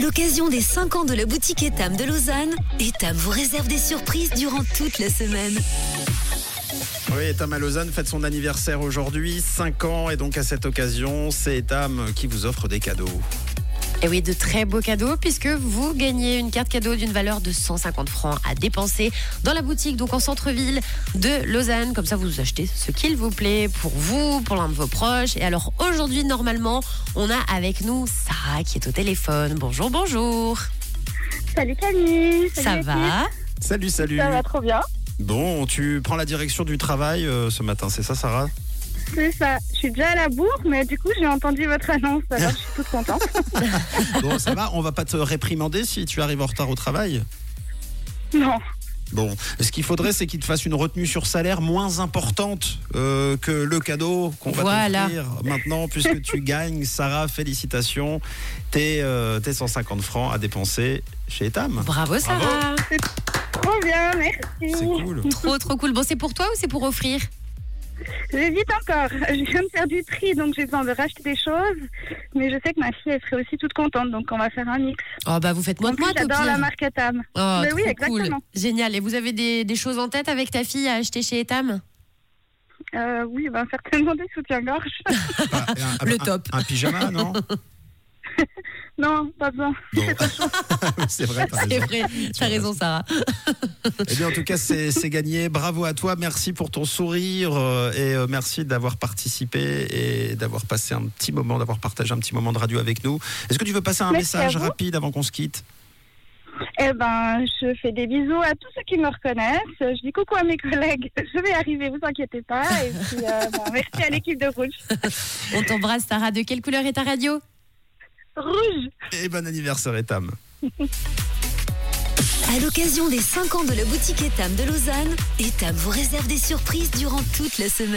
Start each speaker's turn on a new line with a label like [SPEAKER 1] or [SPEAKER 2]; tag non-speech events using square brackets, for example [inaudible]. [SPEAKER 1] l'occasion des 5 ans de la boutique Etam de Lausanne, Etam vous réserve des surprises durant toute la semaine.
[SPEAKER 2] Oui, Etam à Lausanne fête son anniversaire aujourd'hui, 5 ans, et donc à cette occasion, c'est Etam qui vous offre des cadeaux.
[SPEAKER 3] Et oui, de très beaux cadeaux puisque vous gagnez une carte cadeau d'une valeur de 150 francs à dépenser dans la boutique, donc en centre-ville de Lausanne. Comme ça, vous achetez ce qu'il vous plaît pour vous, pour l'un de vos proches. Et alors aujourd'hui, normalement, on a avec nous Sarah qui est au téléphone. Bonjour, bonjour.
[SPEAKER 4] Salut Camille
[SPEAKER 3] ça
[SPEAKER 4] Salut
[SPEAKER 3] va
[SPEAKER 4] Alexis.
[SPEAKER 2] Salut, salut.
[SPEAKER 4] Ça va trop bien.
[SPEAKER 2] Bon, tu prends la direction du travail euh, ce matin, c'est ça, Sarah
[SPEAKER 4] C'est ça. Je suis déjà à la bourre, mais du coup, j'ai entendu votre annonce, alors je suis toute contente.
[SPEAKER 2] Bon, ça va, on va pas te réprimander si tu arrives en retard au travail.
[SPEAKER 4] Non.
[SPEAKER 2] Bon, ce qu'il faudrait, c'est qu'il te fasse une retenue sur salaire moins importante euh, que le cadeau qu'on va
[SPEAKER 3] Voilà.
[SPEAKER 2] t'offrir maintenant, puisque tu gagnes. Sarah, félicitations. T'es euh, t'es 150 francs à dépenser chez Etam.
[SPEAKER 3] Bravo Sarah.
[SPEAKER 4] Trop bien, merci.
[SPEAKER 2] C'est cool.
[SPEAKER 3] Trop trop cool. Bon, c'est pour toi ou c'est pour offrir
[SPEAKER 4] J'hésite encore. Je viens de faire du tri, donc j'ai besoin de racheter des choses. Mais je sais que ma fille, elle serait aussi toute contente, donc on va faire un mix.
[SPEAKER 3] Oh bah vous faites moins
[SPEAKER 4] En
[SPEAKER 3] de
[SPEAKER 4] plus,
[SPEAKER 3] moi,
[SPEAKER 4] J'adore la marque Atam.
[SPEAKER 3] Oh,
[SPEAKER 4] Mais oui,
[SPEAKER 3] trop cool.
[SPEAKER 4] exactement.
[SPEAKER 3] Génial. Et vous avez des, des choses en tête avec ta fille à acheter chez Etam
[SPEAKER 4] Euh, oui, ben, certainement des soutiens-gorge. [laughs]
[SPEAKER 2] Ah, et un-
[SPEAKER 3] Le
[SPEAKER 2] un-
[SPEAKER 3] top.
[SPEAKER 2] Un, pyjama, non
[SPEAKER 4] non, pas besoin.
[SPEAKER 2] Bon. [laughs] C'est vrai, t'as
[SPEAKER 3] C'est
[SPEAKER 2] raison.
[SPEAKER 3] vrai, [laughs] t'as raison Sarah.
[SPEAKER 2] Eh bien, en tout cas, c'est c'est gagné. Bravo à toi. Merci pour ton sourire euh, et euh, merci d'avoir participé et d'avoir passé un petit moment, d'avoir partagé un petit moment de radio avec nous. Est-ce que tu veux passer un
[SPEAKER 4] Merci à
[SPEAKER 2] message
[SPEAKER 4] vous.
[SPEAKER 2] rapide avant qu'on se quitte
[SPEAKER 4] Eh ben, je fais des bisous à tous ceux qui me reconnaissent. Je dis coucou à mes collègues. [laughs] Je vais arriver, vous inquiétez pas. Et puis, euh, bon, merci à l'équipe de Rouge.
[SPEAKER 3] On t'embrasse Sarah. De quelle couleur est ta radio
[SPEAKER 4] Rouge
[SPEAKER 2] Et bon Eh ben, anniversaire, Etam.
[SPEAKER 1] À l'occasion des 5 ans de la boutique Etam de Lausanne, Etam vous réserve des surprises durant toute la semaine.